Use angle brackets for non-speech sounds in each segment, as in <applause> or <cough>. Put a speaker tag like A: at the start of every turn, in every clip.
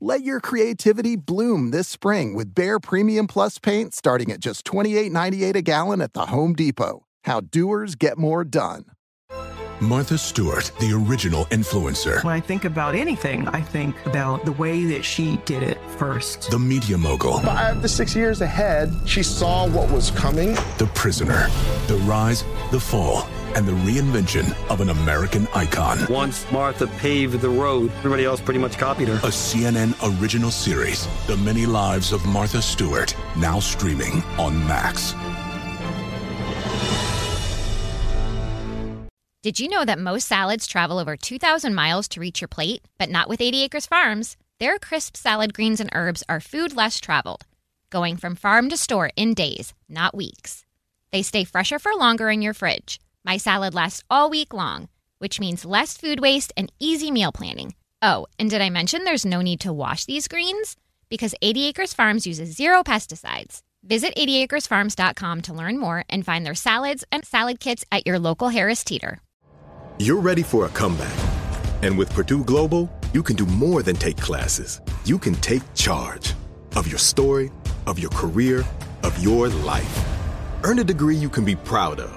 A: Let your creativity bloom this spring with Bare Premium Plus paint starting at just $28.98 a gallon at the Home Depot. How doers get more done.
B: Martha Stewart, the original influencer.
C: When I think about anything, I think about the way that she did it first.
B: The media mogul.
D: Five to six years ahead, she saw what was coming.
B: The prisoner. The rise, the fall, and the reinvention of an American icon.
E: Once Martha paved the road, everybody else pretty much copied her.
B: A CNN original series, The Many Lives of Martha Stewart, now streaming on Max.
F: Did you know that most salads travel over 2,000 miles to reach your plate? But not with 80 Acres Farms. Their crisp salad greens and herbs are food less traveled, going from farm to store in days, not weeks. They stay fresher for longer in your fridge. My salad lasts all week long, which means less food waste and easy meal planning. Oh, and did I mention there's no need to wash these greens? Because 80 Acres Farms uses zero pesticides. Visit 80acresfarms.com to learn more and find their salads and salad kits at your local Harris Teeter.
G: You're ready for a comeback. And with Purdue Global, you can do more than take classes. You can take charge of your story, of your career, of your life. Earn a degree you can be proud of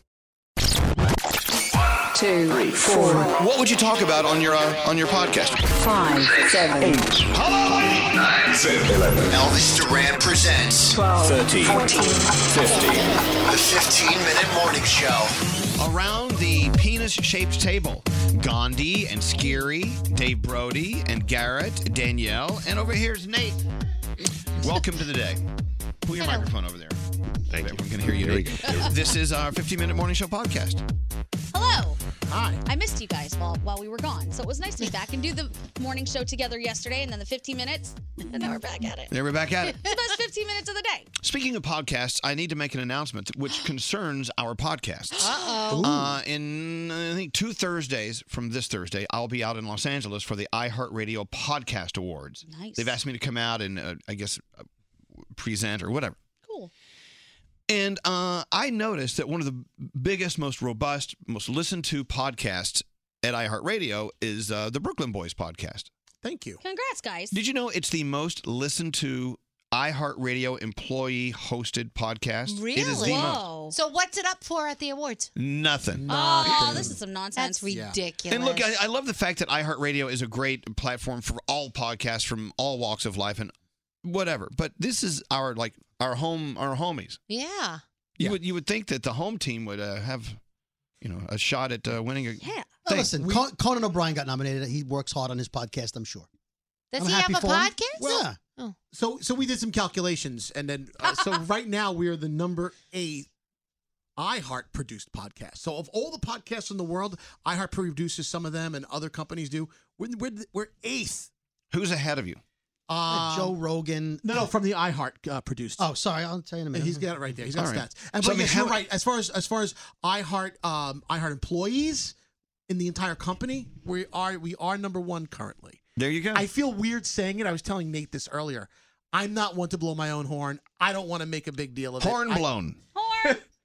H: two, three, four.
I: What would you talk about on your uh, on your podcast?
H: Five, six, seven, eight.
I: Hello, eight, nine, seven, eleven. Elvis Duran presents
H: 12,
I: 13,
H: 14,
I: 15. The 15 minute morning show.
J: Around the penis shaped table, Gandhi and Skiri, Dave Brody and Garrett, Danielle, and over here's Nate. Welcome to the day. Put your microphone over there. Thank you. We can hear you.
K: There we
L: <laughs>
J: Nate. This is our 15 minute morning show podcast.
K: Hello.
J: Hi.
K: I missed you guys while, while we were gone. So it was nice to be back and do the morning show together yesterday and then the 15 minutes. And now we're back at it.
J: There we're back at it.
K: It's the best 15 minutes of the day.
J: Speaking of podcasts, I need to make an announcement which concerns our podcasts.
K: Uh-oh.
J: Uh, in I think two Thursdays from this Thursday, I'll be out in Los Angeles for the iHeartRadio Podcast Awards.
K: Nice.
J: They've asked me to come out and uh, I guess uh, present or whatever.
K: Cool.
J: And uh, I noticed that one of the biggest, most robust, most listened to podcasts at iHeartRadio is uh, the Brooklyn Boys podcast.
A: Thank you.
K: Congrats, guys.
J: Did you know it's the most listened to iHeartRadio employee hosted podcast? It is the most.
M: So what's it up for at the awards?
J: Nothing.
K: Oh, this is some nonsense.
M: That's ridiculous.
J: And look, I, I love the fact that iHeartRadio is a great platform for all podcasts from all walks of life and whatever. But this is our like our home, our homies.
M: Yeah.
J: You would you would think that the home team would uh, have, you know, a shot at uh, winning a yeah.
N: Well, listen, Con- Conan O'Brien got nominated. He works hard on his podcast, I'm sure.
M: Does
N: I'm
M: he
N: happy
M: have a
N: for him.
M: podcast?
N: Yeah.
M: Oh.
N: So so we did some calculations, and then uh, so right now we are the number eight iHeart produced podcast. So of all the podcasts in the world, iHeart produces some of them, and other companies do. We're we're, the- we're eighth.
J: Who's ahead of you?
N: Uh,
J: Joe
N: Rogan. No, no, from the iHeart uh, produced.
J: Oh,
N: sorry, I'll tell you in a
J: minute.
N: He's got it right there. He's got
J: All right.
N: stats. And
J: So,
N: but
J: I mean,
N: yes,
J: how-
N: you're right. As far as as far as iHeart um, iHeart employees in the entire company, we are we are number one currently.
J: There you go.
N: I feel weird saying it. I was telling Nate this earlier. I'm not one to blow my own horn. I don't want to make a big deal of
J: Horn
N: it. I-
J: blown.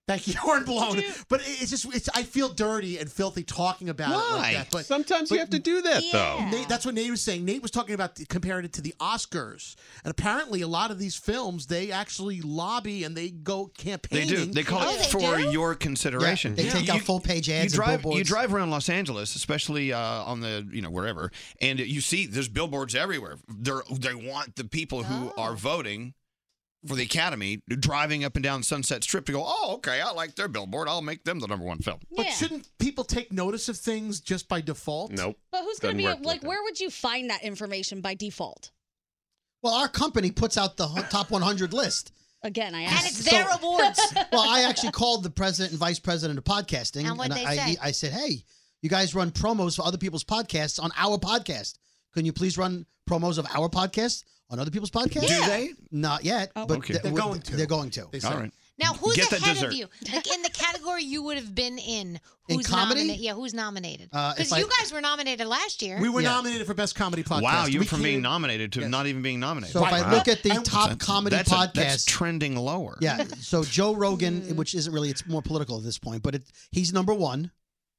N: Thank you. Horn blown. But it- it's just, it's, I feel dirty and filthy talking about it
L: Why?
N: like that. But
L: Sometimes you have to do that, though. Yeah.
N: Nate, that's what Nate was saying. Nate was talking about the, comparing it to the Oscars, and apparently a lot of these films they actually lobby and they go
J: They
N: campaigning.
J: do. They call it for your consideration.
O: Yeah, they take out full-page ads and
J: You drive, you
O: billboards.
J: drive around Los Angeles, especially uh, on the you know wherever, and you see there's billboards everywhere. They are they want the people who are voting for the Academy driving up and down Sunset Strip to go. Oh, okay, I like their billboard. I'll make them the number one film.
N: But shouldn't people take notice of things just by default?
J: Nope.
K: But who's going to be
J: Doesn't work
K: like? Where would you find that information by default?
O: Well, our company puts out the h- top 100 list.
K: Again, I asked.
O: So-
M: <laughs>
O: well, I actually called the president and vice president of podcasting,
M: And what'd they
O: I,
M: say?
O: I said, "Hey, you guys run promos for other people's podcasts on our podcast. Can you please run promos of our podcast on other people's podcasts?
J: Do they?
O: Not yet,
K: Oh,
O: but
J: Okay.
O: th-
J: They're
O: would-
J: going to.
O: They're going to.
J: All right.
M: Now, who's
O: Get that
M: ahead
O: dessert.
M: of you? Like in the category you would have been in.
O: In
M: Who's
O: comedy?
M: nomina- yeah, who's nominated?
O: Uh,
M: Because
O: if I-
M: you guys were nominated last year.
N: We were nominated for best comedy podcast.
J: Wow, you
N: We
J: went from being
N: can't-
J: nominated to not even being nominated.
O: So if I
J: Wow.
O: look at the top comedy
J: that's
O: podcast,
J: a- that's trending lower. <laughs>
O: Yeah. So Joe Rogan, which isn't really, it's more political at this point, but it, he's number one,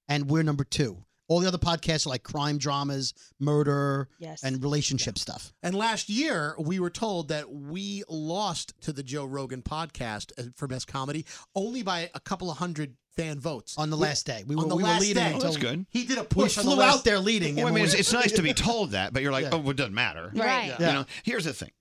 O: and we're number two. All the other podcasts are like crime dramas, murder,
N: Yes.
O: and relationship stuff.
N: And last year, we were told that we lost to the Joe Rogan podcast uh, for best comedy only by a couple of hundred fan votes on
O: the last day. We were-
N: on the
O: we were
N: last
O: leading
N: day.
O: until- Oh, that's good.
N: He did a
O: We
N: push. on the
O: flew
N: last-
O: out there leading,
J: Well, I mean, it's, it's nice
O: <laughs>
J: to be told that, but you're like, oh, well, it doesn't matter.
N: Right.
J: You
N: Yeah.
J: know, here's the thing.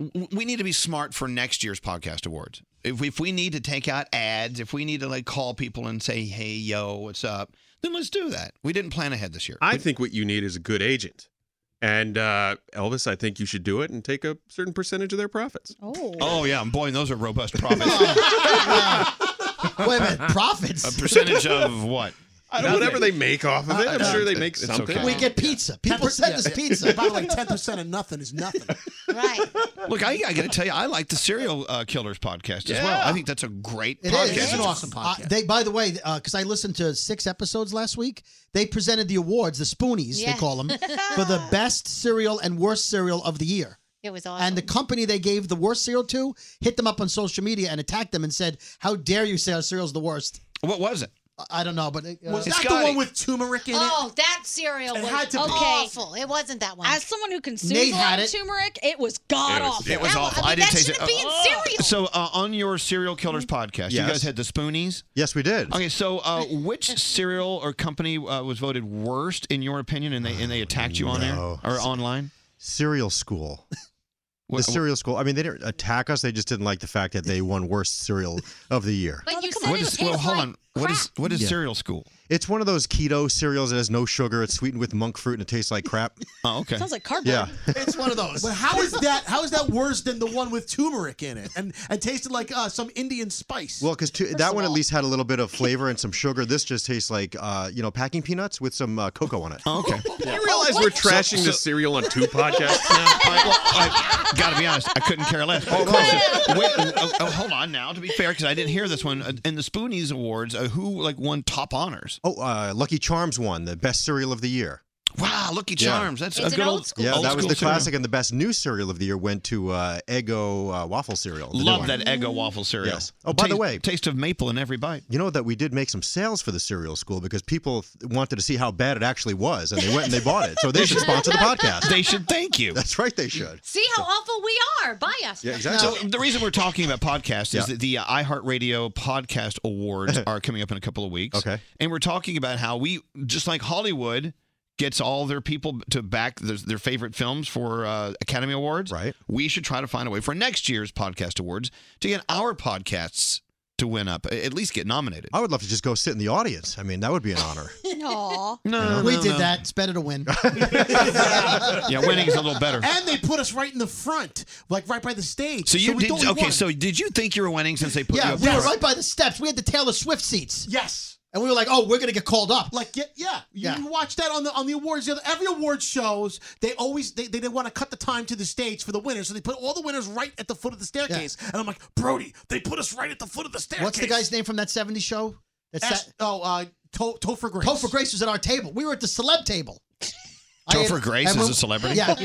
J: W- We need to be smart for next year's podcast awards. If we, if we need to take out ads, if we need to like call people and say, "Hey, yo, what's up?" then let's do that. We didn't plan ahead this year.
L: I think what you need is a good agent. And uh, Elvis, I think you should do it and take a certain percentage of their profits.
K: Oh.
J: Oh yeah, and boy, those are robust profits.
O: Wait a minute, profits.
J: a percentage of what?
L: I don't- whatever they make off of it, I'm sure they make
J: It's
L: something.
J: okay.
O: We get pizza. People sent us
N: Yeah.
O: pizza.
N: By the way, ten percent of nothing is nothing.
J: Look, I, I got to tell you, I like the Serial uh, Killers podcast as well.
O: Yeah.
J: I think that's a great
O: It is.
J: podcast.
O: Uh, they, by the way, because I listened to six episodes last week, they presented the awards, the Spoonies,
M: Yeah.
O: they call
M: <laughs>
O: them, for the best cereal and worst cereal of the year.
M: It was awesome.
O: And the company they gave the worst cereal to hit them up on social media and attacked them and said, "How dare you say our cereal's the worst?"
J: What was it?
O: I don't know, but uh,
N: Was that the one with turmeric in
M: oh, that cereal was
N: had to be-
M: awful. It wasn't that one.
K: As someone who consumes
J: Nate
K: a lot
J: had
K: of
J: it.
K: turmeric, it was god awful.
J: It was awful. I, didn't taste it.
K: be in cereal.
J: So uh, on your serial killers podcast, you
P: Yes.
J: guys had the Spoonies.
P: Yes, we did.
J: Okay, so uh, which cereal or company uh, was voted worst in your opinion, and they and they attacked you on air
P: No.
J: or online?
P: Serial school.
J: What-
P: the cereal school. I mean, they didn't attack us. They just didn't like the fact that they won worst
N: <laughs>
P: cereal of the year.
M: But you said
J: What
M: it
J: is?
M: tastes
J: Well, hold
M: like
J: on. What is what is
P: Yeah.
J: cereal school?
P: It's one of those keto cereals that has no sugar. It's sweetened with monk fruit and it tastes like
N: <laughs>
P: crap.
J: Oh, okay.
N: Sounds like
K: cardboard.
P: Yeah.
N: It's one of those. But how is that? How is that worse than the one with turmeric in it and and tasted like uh, some Indian spice?
P: Well, because that one at least had a little bit of flavor
N: <laughs>
P: and some sugar. This just tastes like, uh, you know, packing peanuts with some uh, cocoa on it.
J: Oh, okay.
L: You realize we're trashing the cereal on two podcasts
J: <laughs>
L: now?
J: Gotta be honest, I couldn't care less. Oh, question. Wait, oh, oh, hold on now. To be fair, because I didn't hear this one Uh, in the Spoonies Awards. Uh, who like won top honors?
P: Oh, uh, Lucky Charms won the best cereal of the year.
J: Wow, Lucky
P: Yeah.
J: Charms. That's a good
P: Yeah,
J: old
P: that was
J: school
P: the
J: cereal.
P: classic, and the best new cereal of the year went to uh, Eggo uh, waffle cereal. the new
J: Love
P: one.
J: that Eggo waffle cereal.
P: Yes. Oh, by the
J: Taste-
P: way,
J: taste of maple in every bite.
P: You know that we did make some sales for the cereal school because people th- wanted to see how bad it actually was, and they went and they bought it. So they should sponsor
J: <laughs>
P: the podcast. <laughs>
J: They should thank you.
P: That's right, they should.
M: See how awful we are. Buy us.
J: So the reason we're talking about podcasts
P: Yeah.
J: is that the uh, iHeartRadio Podcast <laughs> Awards are coming up in a couple of weeks. Okay. And we're talking about how we, just like Hollywood gets all their people to back their, their favorite films for uh, Academy Awards, right? we should try to find a way for next year's Podcast Awards to get our podcasts to win up, a- at least get nominated.
P: I would love to just go sit in the audience. I mean, that would be an honor.
N: Oh.
K: Aw.
J: No,
O: <laughs> we
J: no,
O: did
J: no.
O: that. It's better
P: <laughs>
O: to win.
J: <laughs> yeah, winning is a little better.
N: And they put us right in the front, like right by the stage.
J: So you
N: we
J: did
N: totally
J: okay.
N: won.
J: So did you think you were winning since they put you
O: yeah,
J: up
O: we were
J: front?
O: right by the steps. We had the Taylor Swift seats.
N: Yes.
O: And we were like, "Oh, we're gonna get called up."
N: Like yeah, yeah. You,
O: Yeah.
N: you watch that on the on the awards. the other- Every award shows they always they they, want to cut the time to the stage for the winners, so they put all the winners right at the foot of the staircase. And I'm like, Brody, they put us right at the foot of the staircase.
O: What's the guy's name from that '70s show? That's
N: Ash-
O: that.
N: Oh, uh, to- Topher Grace. <laughs>
O: Topher Grace was at our table. We were at the celeb table. I
J: Topher
O: had-
J: Grace
O: I
J: is
O: wrote-
J: a celebrity? <laughs>
O: Yeah. and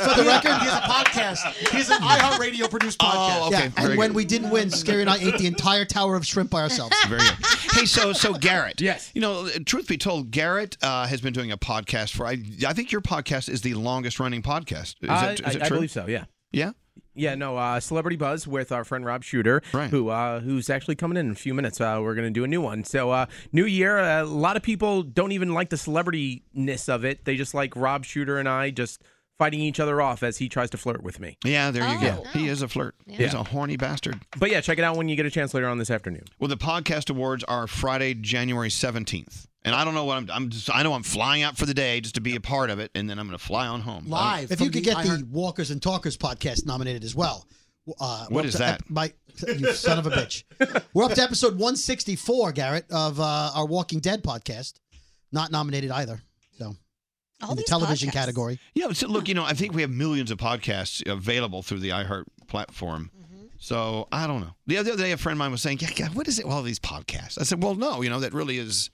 O: for the record, he has a podcast. He has an iHeartRadio produced podcast.
J: <laughs> Oh, okay.
O: Yeah,
J: Very
O: and when
J: good.
O: we didn't win, Scary and I ate the entire tower of shrimp by ourselves.
J: Very good. Hey, so so Garrett. Yes. You know, truth be told, Garrett uh, has been doing a podcast for. I, I think your podcast is the longest running podcast. Is
Q: Uh,
J: that, is
Q: I,
J: it
Q: I
J: true?
Q: believe so. Yeah.
J: Yeah.
Q: Yeah. No. Uh, Celebrity Buzz with our friend Rob Shooter,
J: right.
Q: who uh, who's actually coming in in a few minutes. Uh, we're gonna do a new one. So uh, new year. A lot of people don't even like the celebrity ness of it. They just like Rob Shooter and I just fighting each other off as he tries to flirt with me.
J: Yeah. There you go. He is a flirt. He's
Q: Yeah.
J: a horny bastard.
Q: But yeah, check it out when you get a chance later on this afternoon.
J: Well, the podcast awards are Friday, January seventeenth, and I don't know what I'm. I'm just. I know I'm flying out for the day just to be a part of it, and then I'm going to fly on home.
O: Live. If you could get the Walkers and Talkers podcast nominated as well. Uh, we're
J: What
O: up
J: is
O: to
J: that?
O: ep- my, you son of a
N: <laughs>
O: bitch. We're up to episode 164, Garrett, of uh, our Walking Dead podcast. Not nominated either. So, in the television category.
J: Yeah, but so look, you know, I think we have millions of podcasts available through the iHeart platform. So I don't know. The other day, a friend of mine was saying, "Yeah, God, what is it? with All these podcasts." I said, "Well, no, you know, that really is."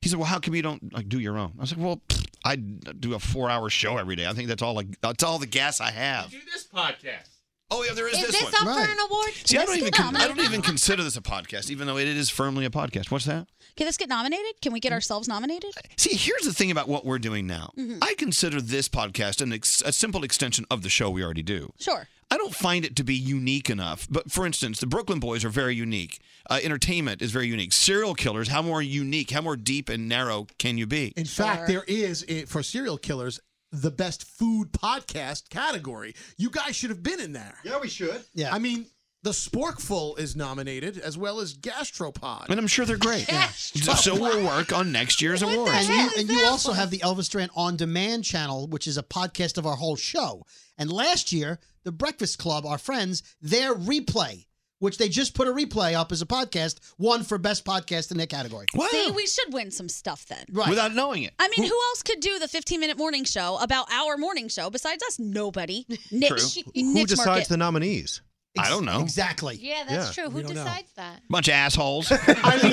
J: He said, "Well, how come you don't like do your own?" I was like, "Well, pfft, I do a four-hour show every day. I think that's all. Like, that's all the gas I have."
R: this podcast.
J: Oh yeah, there is,
R: Is
J: this,
R: this
J: one.
R: up for Right. an
K: award?
J: See, I
K: Yes,
J: don't even
K: get
J: con- I
K: nominated.
J: don't even consider this a podcast, even though it is firmly a podcast. What's that?
K: Can this get nominated? Can we get ourselves nominated?
J: See, here's the thing about what we're doing now.
K: Mhm.
J: I consider this podcast an ex- a simple extension of the show we already do.
K: Sure.
J: I don't find it to be unique enough. But for instance, the Brooklyn Boys are very unique. Uh, entertainment is very unique. Serial killers, how more unique, how more deep and narrow can you be?
N: In fact, there is eh, for serial killers the best food podcast category. You guys should have been in there. Yeah, we should. Yeah. I mean, the Sporkful is nominated as well as Gastropod.
J: And I'm sure they're great. So, so we'll work on next year's awards.
O: And you, and you also have the Elvis Duran On Demand channel, which is a podcast of our whole show. And last year, the Breakfast Club, our friends, their replay, which they just put a replay up as a podcast, won for best podcast in their category.
K: See, we should win some stuff then.
J: Without knowing it.
K: I mean, who else could do the 15 minute morning show about our morning show besides
M: <laughs>
K: us? Nobody. Niche,
P: Who
K: niche
P: decides
K: market.
P: the nominees?
J: I don't know.
O: Exactly.
M: Yeah, that's
P: Yeah,
M: true. Who
P: we don't know.
M: decides that?
J: Bunch of assholes.
O: <laughs>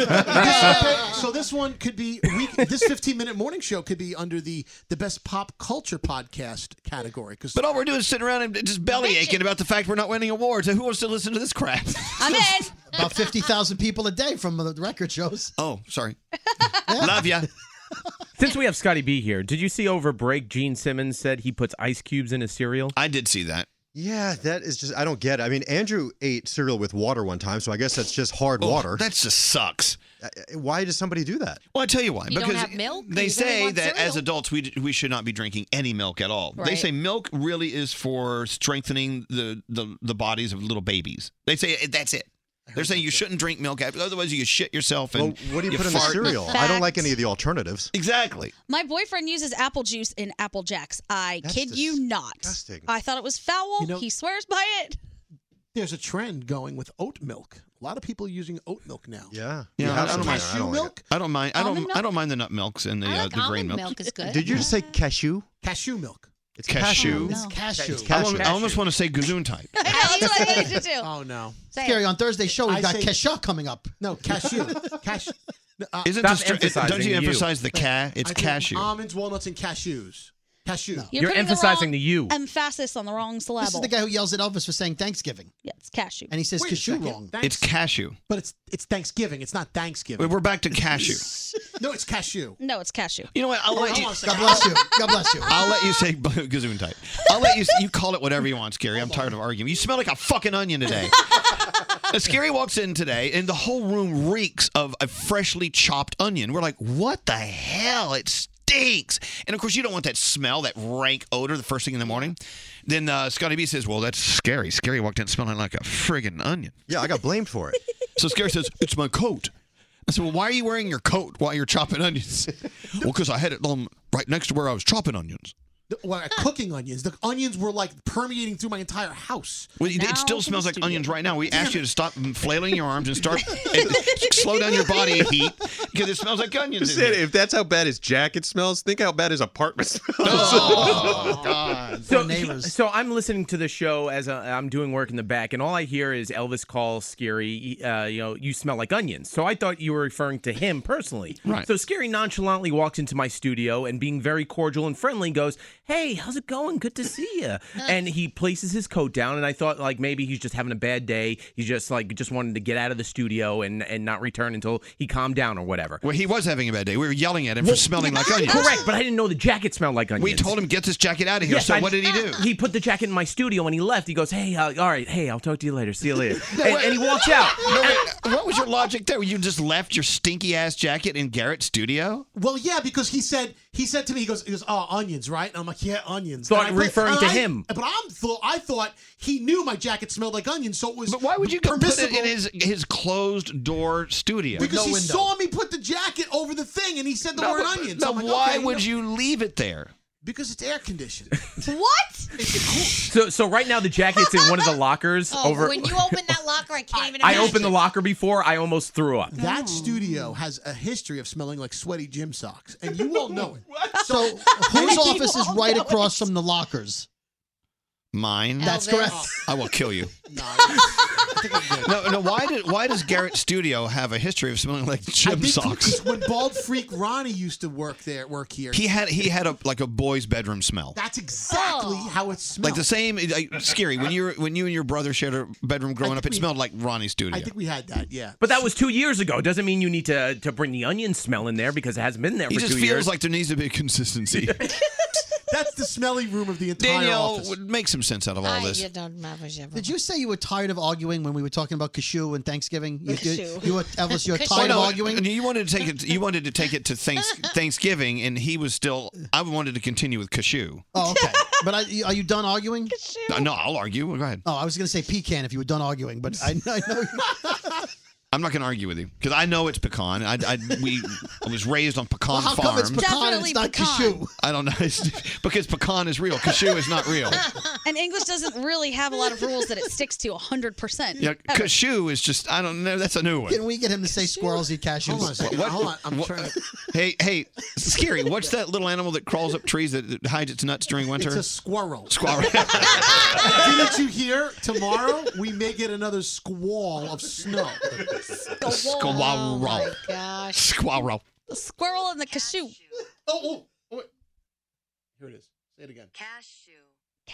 N: Okay, so this one could be week, this 15 minute morning show could be under the the best pop culture podcast category because
J: but all we're doing is sitting around and just belly aching about the fact we're not winning awards. Who wants to listen to this crap?
O: I'm in. About 50,000 people a day from the record shows.
J: <laughs> Oh, sorry. Love ya.
Q: <laughs> Since we have Scotty B here, did you see over break Gene Simmons said he puts ice cubes in his cereal?
J: I did see that.
P: Yeah, that is just I don't get it. I mean, Andrew ate cereal with water one time, so I guess that's just hard
J: Oh,
P: water. Uh,
J: That just sucks.
P: Why does somebody do that?
J: Well, I tell you why.
P: You don't
J: because
P: have milk?
J: They
P: You really
J: say
P: want
J: that as
P: cereal?
J: adults, we, we should not be drinking any milk at all. They
P: Right.
J: say milk really is for strengthening the, the, the bodies of little babies. They say it- that's it. They're saying you shouldn't drink milk, after, otherwise you shit yourself. And
P: Well, what do you, put in the
J: fart.
P: cereal? I don't like any of the alternatives.
J: Exactly.
K: My boyfriend uses apple juice in Apple Jacks. I kid you not.
N: disgusting.
K: I thought it was foul.
N: You know-
K: he swears by it.
N: there's a trend going with oat milk. A lot of people are using oat milk now.
P: Yeah.
J: Yeah, I, I don't mind.
N: Cashew milk?
J: I don't mind. I
N: Almond
J: don't. I
N: milk?
J: don't mind the nut milks and the uh, the grain milk.
P: Did you
K: <laughs>
P: just say cashew?
N: Cashew milk.
P: It's
J: cashew?
O: It's cashew.
J: I almo- I, almost want to say gazoon type.
N: <laughs> Oh no.
O: Scary on Thursday's show,
N: I
O: we've got
N: say-
O: Kesha coming up.
N: No,
J: <laughs>
N: cashew. cashew. Uh,
J: Isn't Stop the str- emphasizing don't you you. emphasize the ca? It's
N: I think
J: cashew.
N: Almonds, walnuts, and cashews. Cashew.
K: You're You're putting the emphasizing wrong- the
Q: you.
K: Emphasis on the wrong syllable.
O: This is the guy who yells at Elvis for saying Thanksgiving.
K: Yeah, it's cashew.
O: And he says
N: Wait a
O: cashew
N: second.
O: wrong.
N: Thanks-
J: It's cashew.
N: But it's it's Thanksgiving. It's not Thanksgiving.
J: We're back to cashew.
N: no, it's cashew.
K: No, it's cashew.
J: You know what? I'll let you.
O: God bless you. God bless you.
J: I'll let you say <laughs> gazoon type. I'll let you. You call it whatever you want, Scary. I'm tired of arguing. You smell like a fucking onion today. Now, Scary walks in today, and the whole room reeks of a freshly chopped onion. We're like, what the hell? It stinks. And of course, you don't want that smell, that rank odor, the first thing in the morning. Then uh, Scotty B says, well, that's scary. Scary walked in smelling like a friggin' onion.
P: Yeah, I got blamed for it.
O: <laughs>
J: so Scary says, it's my coat. I said, well, why are you
N: <laughs>
J: wearing your coat while you're chopping onions? well, because I had it on right next to where I was chopping onions.
N: the- well, cooking onions. The onions were like permeating through my entire house.
J: Well, it- it still smells like onions right now. We asked you to stop flailing your arms and start and slow down your body heat because it smells like onions. in
L: Said,
J: here.
L: if that's how bad his jacket smells, think how bad his apartment <laughs> smells.
J: Oh,
Q: so, so I'm listening to the show as i I'm doing work in the back, and all I hear is Elvis call Scary, uh, you know, you smell like onions. So I thought you were referring to him personally.
J: Right.
Q: So Scary nonchalantly walks into my studio and, being very cordial and friendly, goes, "Hey, how's it going? Good to see
N: <laughs>
Q: you." and he places his coat down, and I thought like maybe he's just having a bad day. He's just like just wanted to get out of the studio and and not return until he calmed down or whatever.
J: Well, he was having a bad day. We were yelling at him for smelling like onions.
Q: Correct, but I didn't know the jacket smelled like onions.
J: We told him get this jacket out of here.
Q: Yes,
J: so
Q: I-
J: what did he do?
Q: He put the jacket in my studio when he left. He goes, "Hey, uh, all right, hey, I'll talk to you later. See you later." and, and he walks out.
J: <laughs> No, wait, what was your logic there? You just left your stinky ass jacket in Garrett's studio?
N: Well, yeah, because he said he said to me, he goes, he goes, oh, onions, right? And I'm like, yeah, onions.
Q: Thought
N: And I-
Q: referring
N: and
Q: to
N: I-
Q: him.
N: But I'm th- I thought he knew my jacket smelled like onions, so it was. But
J: why would you go put
N: permissible
J: it in his his closed door studio?
N: because he saw me put the jacket over the thing, and he said the
J: No,
N: word
J: but-
N: onions.
J: no,
N: I'm like,
J: why
N: okay,
J: would
N: no.
J: you leave it there?
N: Because it's air conditioned.
M: What?
Q: So, so right now the jacket's in one of the lockers
M: Oh,
Q: over.
M: when you open that locker, I can't even.
Q: I
M: imagine.
Q: opened the locker before. I almost threw up.
O: Oh.
N: That studio has a history of smelling like sweaty gym socks, and you won't
J: <laughs>
N: know it. So
O: Whose office is right across from the lockers?
J: Mine.
O: That's Elvis. correct.
J: I will kill you.
N: <laughs>
J: no, no. Why did why does Garrett's studio have a history of smelling like gym socks?
N: Because when bald freak Ronnie used to work there, work here,
J: He had he had a like a boy's bedroom smell.
N: That's exactly
Q: Oh.
N: how it smelled.
J: Like the same, like, scary. When you were, when you and your brother shared a bedroom growing up, it
N: we-
J: smelled like Ronnie's studio.
N: I think we had that. Yeah.
Q: But that was two years ago. Doesn't mean you need to to bring the onion smell in there because it hasn't been there
J: he
Q: for
J: just
Q: two
J: feels
Q: years.
J: like there needs to be <laughs> consistency.
N: That's the smelly room of the entire
J: Danielle
N: office.
J: would make some sense out of all this.
O: Did you say you were tired of arguing when we were talking about cashew and Thanksgiving? You, you,
J: Cashew.
O: you were, Elvis, you were
J: Well,
O: tired of
J: Oh, no,
O: arguing.
J: You wanted to take it. You wanted to take it to thanks, Thanksgiving, and he was still. I wanted to continue with cashew. Uh,
O: Oh, okay. <laughs> But I, are you done arguing?
J: No, I'll argue. Go ahead.
O: Oh, I was going to say pecan if you were done arguing, but I, I know.
J: I'm not going to argue with you because I know it's pecan. I, I we I was raised on pecan
O: Well, how
J: farm.
O: come it's pecan and it's not
K: Definitely
O: cashew?
J: I don't know. <laughs> It's- because pecan is real. Cashew is not real.
K: And English doesn't really have a lot of rules that it sticks to 100%.
N: <laughs>
J: Yeah, cashew is just. I don't know. That's a new one.
O: Can we get him to say squirrels eat cashews?
J: Hold on a second. What- Hold on. I'm what- trying Hey, hey, scary. What's that little animal that crawls up trees that that hides its nuts during winter?
N: It's a squirrel.
J: Squirrel.
N: <laughs> Didn't you hear? Tomorrow we may get another squall of snow.
J: Squirrel.
K: Oh, Gosh.
J: Squirrel.
K: The squirrel and the cashew.
N: Oh, oh, oh, wait. Here it is. Say it again.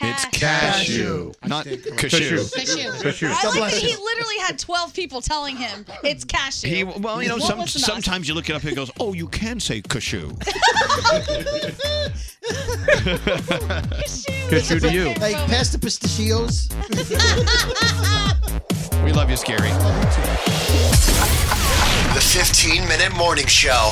J: It's cashew, not cashew.
K: Cashew. I like that he literally had 12 people telling him it's cashew.
J: He, well, you know,
K: What
J: some,
K: was the
J: sometimes you look it up and it goes, oh, you can say cashew.
O: Cashew to you. Hey, pass the pistachios.
J: we love you, Scary.
I: The 15 minute morning show.